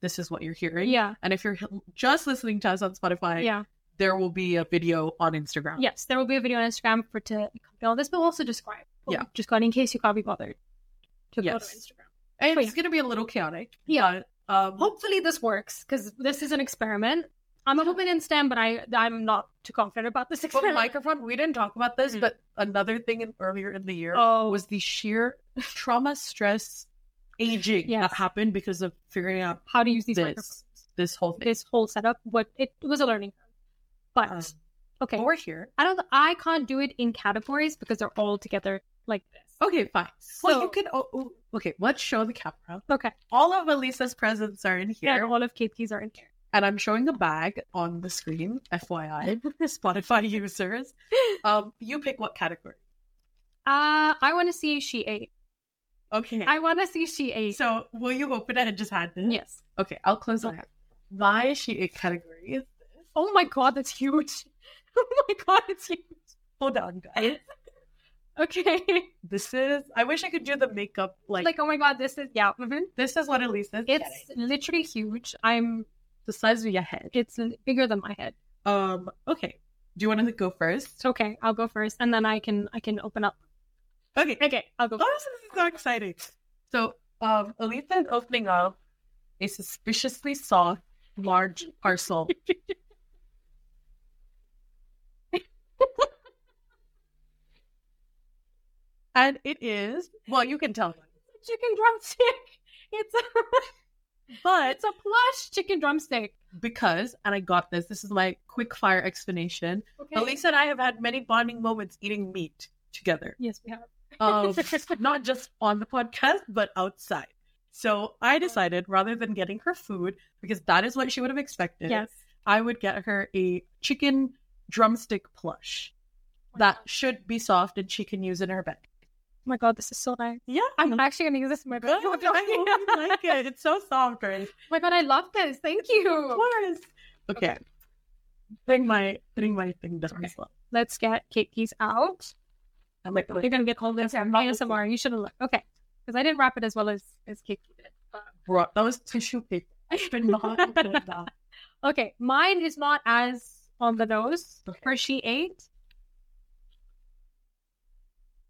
B: this is what you're hearing.
A: yeah,
B: And if you're h- just listening to us on Spotify,
A: yeah,
B: there will be a video on Instagram.
A: yes. There will be a video on Instagram for to accompany all this, but we'll also describe. what
B: Yeah.
A: we've just got in case you can't be bothered to go to
B: Yes.
A: Instagram.
B: And
A: Oh,
B: it's going to be a little chaotic.
A: Yeah.
B: But, um,
A: Hopefully this works because this is an experiment. I'm a woman in STEM, but I I'm not too confident about this
B: But
A: experiment.
B: microphone, we didn't talk about this,
C: Mm.
B: but another thing in, earlier in the year
A: oh,
B: was the sheer trauma, stress, aging
A: Yes.
B: that happened because of figuring out
A: how to use these microphones.
B: this this whole thing.
A: This whole setup, what it, was a learning curve. But
B: Um,
A: okay,
B: but we're here.
A: I don't. I can't do it in categories because they're all together like this.
B: Okay, fine. well, you
A: So-
B: can. Oh, oh, okay, let's show the camera.
A: Okay.
B: All of Elisa's presents are in
A: Yeah,
B: here,
A: all of Kate keys are in here.
B: and I'm showing a bag on the screen. FYI, Spotify users, um, you pick what category.
A: Uh, I want to see she ate.
B: Okay.
A: I want to see she ate.
B: so, will you open it and just hand it?
A: yes.
B: Okay, I'll close that. My she ate category is
A: Oh my god, that's huge. oh my god, it's huge.
B: hold on, guys.
A: Okay.
B: This is. I wish I could do the makeup like.
A: Like, oh my god, this is yeah. mhm.
B: this is what Elisa's.
A: It's
B: getting.
A: literally huge. I'm.
B: the size of your head.
A: It's l- bigger than my head.
B: Um. Okay. Do you want to go first?
A: It's okay. I'll go first, and then I can I can open up.
B: Okay.
A: Okay, I'll go.
B: Oh, this is so exciting. So, um, Alita is opening up a suspiciously soft, large parcel. and it is, well, you can tell,
A: It's a chicken drumstick. It's a
B: but
A: it's a plush chicken drumstick.
B: because, and I got this, this is my quick fire explanation.
A: Okay.
B: Alisa and I have had many bonding moments eating meat together.
A: Yes, we have.
B: um, not just on the podcast, but outside. So I decided rather than getting her food, because that is what she would have expected,
A: Yes.
B: I would get her a chicken drumstick plush that should be soft and she can use in her bed.
A: Oh my god, this is so nice.
B: Yeah,
A: I'm actually gonna use this in my
B: good.
A: bedroom.
B: I hope you like it. It's so soft, right?
A: Oh my god, I love this. Thank
B: Of
A: you.
B: course. Okay. Putting my putting my thing down as well.
A: Let's get Kate Keys out.
B: I'm like,
A: You're gonna get called this
B: Okay, I'm not looking.
A: ASMR. You should have looked. Okay, because I didn't wrap it as well as as Kate Key did.
B: bro, that was tissue paper. I should not have done that.
A: Okay, mine is not as on the nose
B: Okay.
A: for she ate.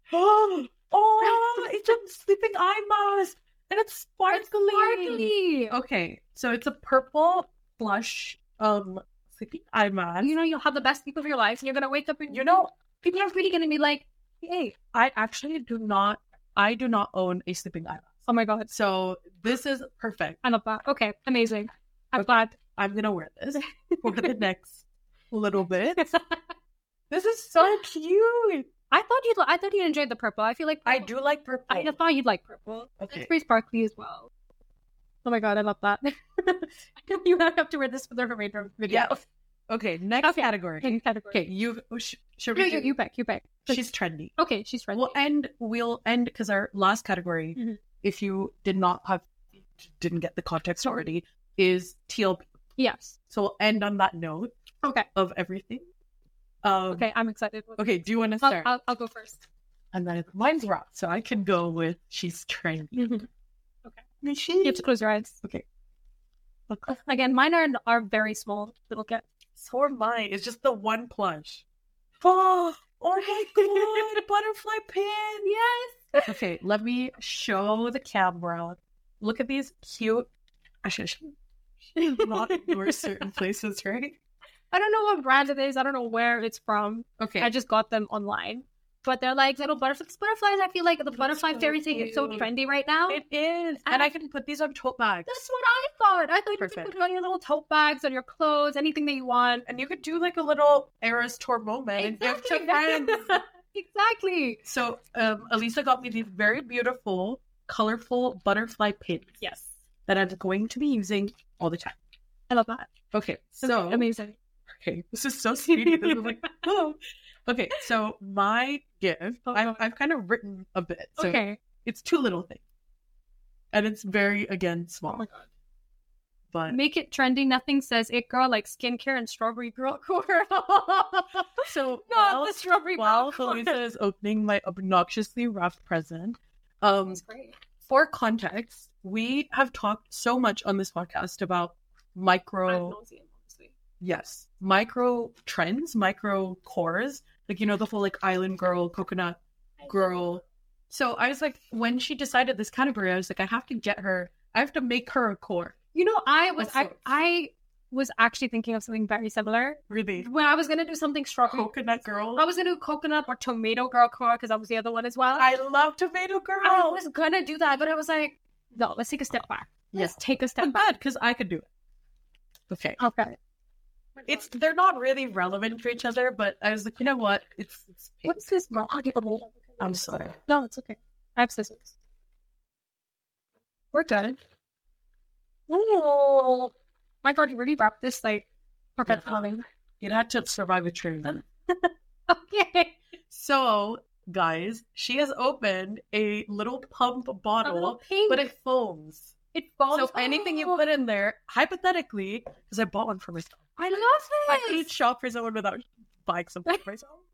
B: oh, oh, it's a sleeping eye mask, and it's sparkly. Oh,
A: It's sparkly.
B: Okay, so it's a purple plush um sleeping eye mask.
A: You know, you'll have the best sleep of your life, and you're gonna wake up and
B: You know,
A: people are really gonna be like, "Hey,
B: I actually do not. I do not own a sleeping eye mask,
A: oh my god,
B: so this is perfect.
A: I love that." Okay, amazing. I'm
B: Okay.
A: glad.
B: I'm gonna wear this for the next little bit. This is so cute.
A: I thought you'd. I thought you enjoyed the purple. I feel like
B: I do like purple.
A: I thought you'd like purple.
B: Okay.
A: It's pretty sparkly as well. Oh my god, I love that. you have to wear this for the remainder of the video.
B: Yeah. Okay. Next
A: Okay.
B: category.
A: Okay, category.
B: Okay. You oh, sh- should
A: No,
B: we?
A: you,
B: do-
A: you pick. You pick.
B: She's trendy. Mm-hmm.
A: okay. She's friendly.
B: We'll end. We'll end because our last category,
A: Mhm.
B: if you did not have, didn't get the context already, is TLP.
A: yes.
B: So we'll end on that note
A: Okay.
B: of everything. Um, okay.
A: Oh. Okay. I'm excited.
B: Okay. Do you want to
A: I'll,
B: start?
A: I'll, I'll go first.
B: and then mine's wrapped, so I can go with she's trendy.
A: Mhm.
B: She.
A: You have to close your eyes.
B: Okay.
A: Again, mine are are very small. Little get.
B: So are mine. It's just the one plush. Oh. Oh my god! Butterfly pin.
A: Yes.
B: Okay, let me show the camera. Look at these cute. I should not endorse certain places, right?
A: I don't know what brand it is. I don't know where it's from.
B: Okay.
A: I just got them online. But they're like little butterflies. Butterflies. I feel like the butterfly
B: so
A: fairy thing is so
B: cute.
A: trendy right now.
B: it is, and I can put these on tote bags,
A: That's what I thought. I thought you could
B: Perfect.
A: put it on your little tote bags, on your clothes, anything that you want.
B: and you could do like a little Eras tour moment and give to friends.
A: exactly.
B: so, um, Elisa got me these very beautiful, colorful butterfly pins
A: Yes.
B: that I'm going to be using all the time.
A: I love that.
B: Okay,
A: So
B: so
A: amazing.
B: Okay, this is so sweet. This is like, oh. Okay, so my gift,
A: Oh,
B: I've,
A: oh.
B: I've kind of written a bit. So
A: okay.
B: it's two little things. And it's very, again, small.
A: god.
B: but
A: Make it trendy. Nothing says it girl like skincare and strawberry girl core.
B: so
A: Not
B: while,
A: the strawberry
B: while
A: girl core.
B: Felisa is opening my obnoxiously rough present, um,
A: That's great.
B: for context, we have talked so much on this podcast about micro Yes. Micro trends, micro cores. Like, you know, the whole like island girl, coconut girl. So I was like, when she decided this category, I was like, I have to get her, I have to make her a core.
A: You know, I was
B: Of
A: I
B: sorts.
A: I was actually thinking of something very similar.
B: Really?
A: When I was gonna do something strawberry,
B: Coconut girl.
A: I was gonna do coconut or tomato girl core because I was the other one as well.
B: I love tomato girl.
A: I was gonna do that, but I was like, no, let's take a step back. Let's take a step
B: But
A: back.
B: bad because I could do it. Um,
C: Okay.
A: Okay.
B: It's they're not really relevant to each other, but I was like, you know what? It's, it's
A: What's this? No,
B: I'm sorry.
A: it's okay. I have scissors. We're good. Oh my god, you really wrapped this like perfectly.
B: It had to survive a train then.
A: Okay.
B: So, guys, she has opened a little pump
A: A little
B: bottle,
A: pink.
B: but it foams.
A: It falls.
B: So anything you
A: off.
B: put in there, hypothetically, because I bought one for myself.
A: I
B: I
A: love
B: couldn't
A: this.
B: shop for someone without buying something for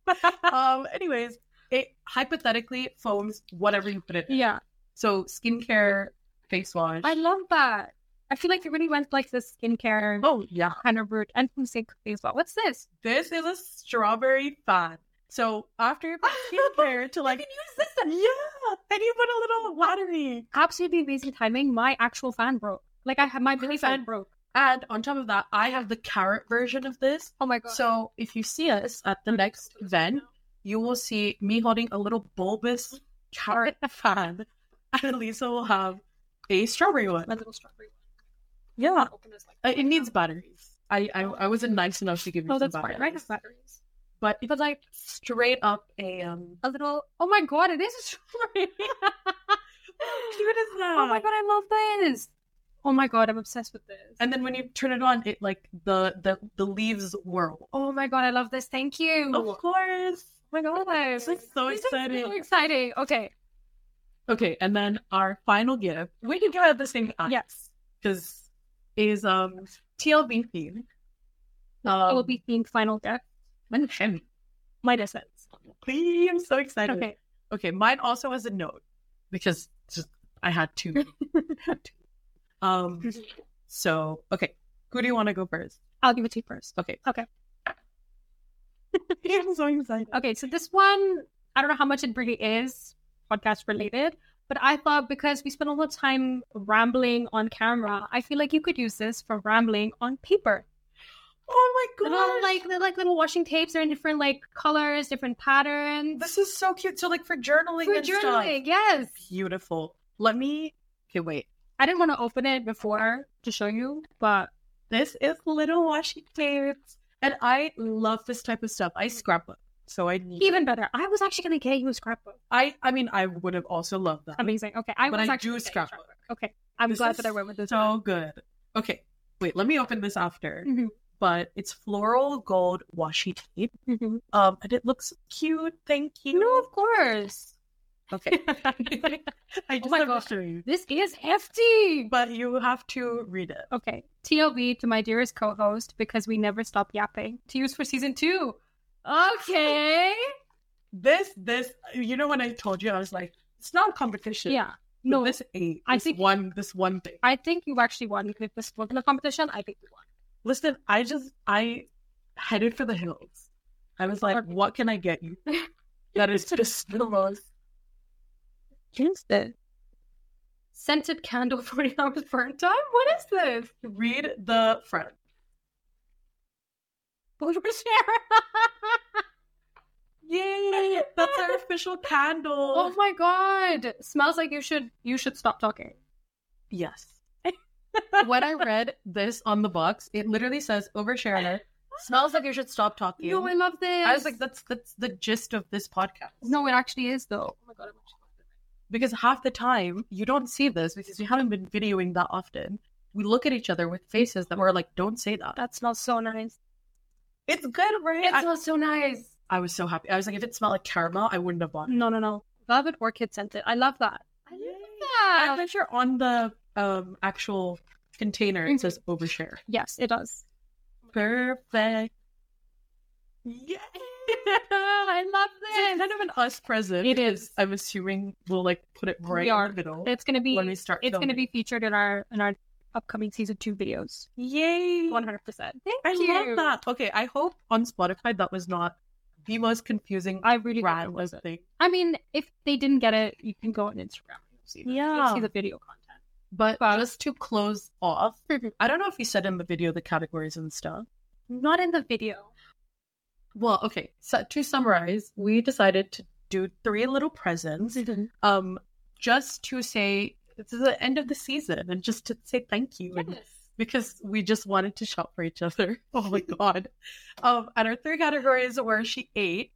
B: myself. um, anyways, it hypothetically foams whatever you put it. in.
A: Yeah,
B: So skincare, face wash.
A: I love that. I feel like they really went like the skincare
B: oh yeah.
A: kind of route and from sync as well. What's this?
B: This is a strawberry fan. So after you put skincare to like
A: you can use this.
B: Yeah. And you put a little watery.
A: Absolutely amazing timing. My actual fan broke. Like I had my mini fan
B: Perfect.
A: broke.
B: And on top of that, I have the carrot version of this.
A: Oh my god.
B: So if you see us at the next event, you will see me holding a little bulbous carrot fan, and Lisa will have a strawberry one.
A: my little strawberry.
B: Yeah,
A: Open this, like,
B: Uh, it needs batteries. I, I I wasn't nice enough to give you
A: Oh,
B: some
A: that's fine.
B: batteries,
A: I have batteries.
B: but
A: But like
B: straight up a um.
A: a little. Oh my god, it is a strawberry.
B: How cute is that?
A: oh my god, I love this. Oh my god, I'm obsessed with this.
B: And then when you turn it on, it like the the the leaves whirl.
A: oh my god, I love this. Thank you.
B: Of course.
A: Oh my god,
B: This is so
A: This is so
B: exciting.
A: exciting. Okay,
B: Okay, and then our final gift. We can go at the same time.
A: yes,
B: because is um TLB theme.
A: it
B: Um,
A: will be themed final death.
B: mine is heavy.
A: My distance.
B: Please, I'm so excited. Okay.
A: Okay,
B: mine also has a note because just I had two. had two. Um, so okay, who do you want to go first?
A: I'll give it to you first.
B: Okay,
A: Okay.
B: I'm so excited.
A: Okay, so this one, I don't know how much it really is podcast related, but I thought because we spent a lot of time rambling on camera, I feel like you could use this for rambling on paper.
B: Oh my
A: Little,
B: god!
A: like they're like little washing tapes. They're in different like colors, different patterns.
B: this is so cute. So like for journaling
A: For
B: and stuff.
A: journaling, yes.
B: Beautiful. Let me. Okay, wait.
A: I didn't want to open it before to show you, but
B: This is little washi tapes, and I love this type of stuff. I scrapbook, so I need
A: even better. I was actually gonna get you a scrapbook.
B: I I mean I would have also loved that.
A: Amazing. Okay, I
B: But
A: was
B: I
A: actually gonna get
B: do
A: you a
B: scrapbook.
A: Okay, I'm
B: This
A: glad
B: is
A: that I went with this.
B: so good. Okay, wait, let me open this after.
A: Mhm.
B: But it's floral gold washi tape.
A: one. Mhm.
B: Um, and it looks cute. Thank you.
A: no, of course.
B: Okay. I just
A: my
B: have
A: God.
B: to show you.
A: This is hefty.
B: But you have to read it.
A: Okay. TLB to my dearest co host because we never stop yapping to use for season two. Okay.
B: This this you know when I told you I was like it's not a competition.
A: yeah.
B: but
A: No,
B: this eight.
A: I
B: this
A: think-
B: one. This one thing.
A: I think you actually won with this particular competition. I think you won.
B: Listen, I just I headed for the hills. I was like,
A: Okay.
B: what can I get you? That is just the most
A: Yes, this. Scented candle 40 hours burn time? What is this?
B: read the front.
A: Bonjour, Sharon.
B: Yay! That's our official candle.
A: oh my god. Smells like you should you should stop talking.
B: yes. when I read this on the box, it literally says over Sharon. Smells like you should stop talking.
A: No, I love this.
B: I was like, that's that's the gist of this podcast.
A: No, it actually is though. Oh my god, I'm
B: Because half the time you don't see this because we haven't been videoing that often. We look at each other with faces that were like, don't say that.
A: That smells so nice.
B: It's good, right?
A: It
B: I-
A: smells so nice.
B: I was so happy. I was like, if it smelled like caramel, I wouldn't have bought it.
A: No, no, no. Velvet orchid scented. I love that. I love that.
B: I'm sure on the um actual container it says overshare.
A: yes, it does.
B: Perfect. Yeah.
A: I love
B: It's
A: this.
B: kind of an us present.
A: It is.
B: I'm assuming we'll like put it right
A: We are.
B: in the middle
A: It's gonna be.
B: when we start.
A: It's gonna be featured in our in our upcoming season two videos.
B: yay!
A: One hundred percent. Thank
B: I
A: you.
B: love that. Okay, I hope on Spotify that was not the most confusing
A: I really. Right.
B: random thing.
A: I mean, if they didn't get it, you can go on Instagram. and You'll see, the- you'll
B: Yeah.
A: see the video content.
B: But Mm-hmm.
A: Wow.
B: just to close off,
A: Mhm.
B: I don't know if you said in the video the categories and stuff.
A: Not in the video.
B: Well, okay. So to summarize, we decided to do three little presents. Um, just to say this is the end of the season and just to say thank you and because we just wanted to shop for each other. Oh my god. Um, and our three categories were she ate,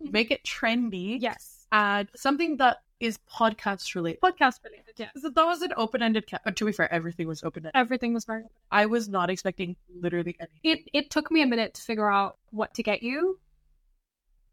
B: make it trendy,
A: Yes.
B: add something that is podcast related.
A: Podcast related. Yeah.
B: So that was an open ended cat. To be fair, everything was open ended.
A: Everything was very.
B: I was not expecting literally anything.
A: It it took me a minute to figure out what to get you,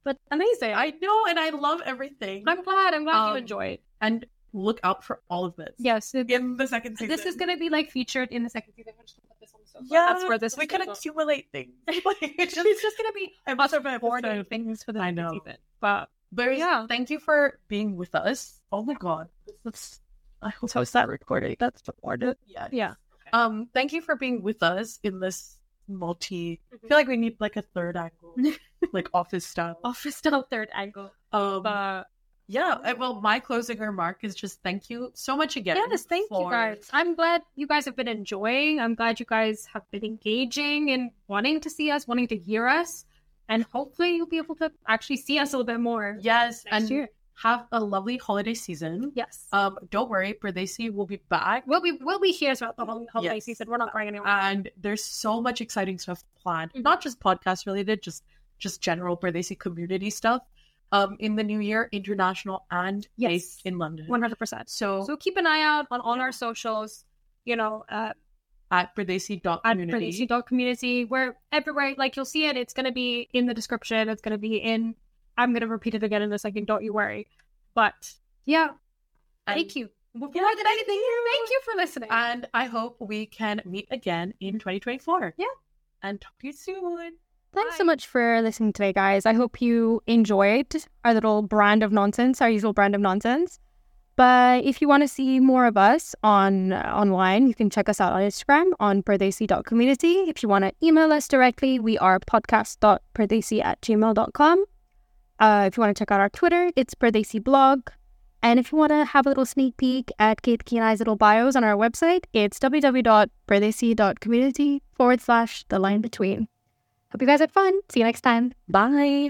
A: but amazing.
B: I know, and I love everything.
A: I'm glad. I'm glad
B: Um,
A: you enjoyed.
B: and look out for all of this.
A: Yes. it-
B: in the second season.
A: this is gonna be like featured in the second season. We're just gonna put this on the sofa.
B: yeah.
A: That's where this.
B: we
A: is
B: can
A: gonna go.
B: accumulate things.
A: it's just, it's just gonna be
B: I'm
A: us
B: sorry, I'm
A: recording
B: sorry.
A: things for the
B: I
A: second
B: know.
A: season. But
B: But yeah,
A: Yeah.
B: thank you for being with us. Oh my god, that's I hope
A: So is
B: that recording. That's recorded. Yeah,
A: yeah,
B: Um, thank you for being with us in this multi. I
A: Mm-hmm.
B: feel like we need like a third angle, like office style.
A: office still third angle.
B: Um,
A: Oh, But
B: yeah. I- Well, my closing remark is just thank you so much again.
A: yes, thank you
B: for-
A: guys. I'm glad you guys have been enjoying. I'm glad you guys have been engaging and wanting to see us, wanting to hear us, and hopefully you'll be able to actually see us a little bit more
B: Yes,
A: next
B: and
A: year.
B: have a lovely holiday season.
A: Yes.
B: Um, don't worry, Pradesi will be
A: uh,
B: back.
A: we'll be we'll be here throughout the whole holiday
B: Yes.
A: season. We're not going anywhere.
B: and there's so much exciting stuff planned
A: Mhm.
B: not just podcast related just just general Berdesi community stuff um in the new year international and
A: Yes.
B: based in london
A: One hundred percent.
B: so,
A: So keep an eye out on all our socials. You know, uh,
B: at Berdesi dot
A: at
B: community
A: Dog Community. We're everywhere. Like you'll see it. It's gonna be in the description. It's gonna be in. I'm gonna repeat it again in a second. Don't you worry. But yeah, thank you. Before
B: Yeah,
A: I did
B: thank
A: anything,
B: you. Uh,
A: thank you for listening.
B: and i hope we can meet again in 2024
A: Yeah.
B: and talk to you soon
A: Thanks
B: Bye.
A: so much for listening today, guys. I hope you enjoyed our little brand of nonsense, our usual brand of nonsense. But if you want to see more of us on uh, online, you can check us out on Instagram on perdesi.community. If you want to email us directly, we are podcast.perdesi at gmail.com. Uh, if you want to check out our Twitter, it's perdesi blog. And if you want to have a little sneak peek at Kate Key and I's little bios on our website, it's www.perdesi.community forward slash the line between. Hope you guys had fun. See you next time. Bye.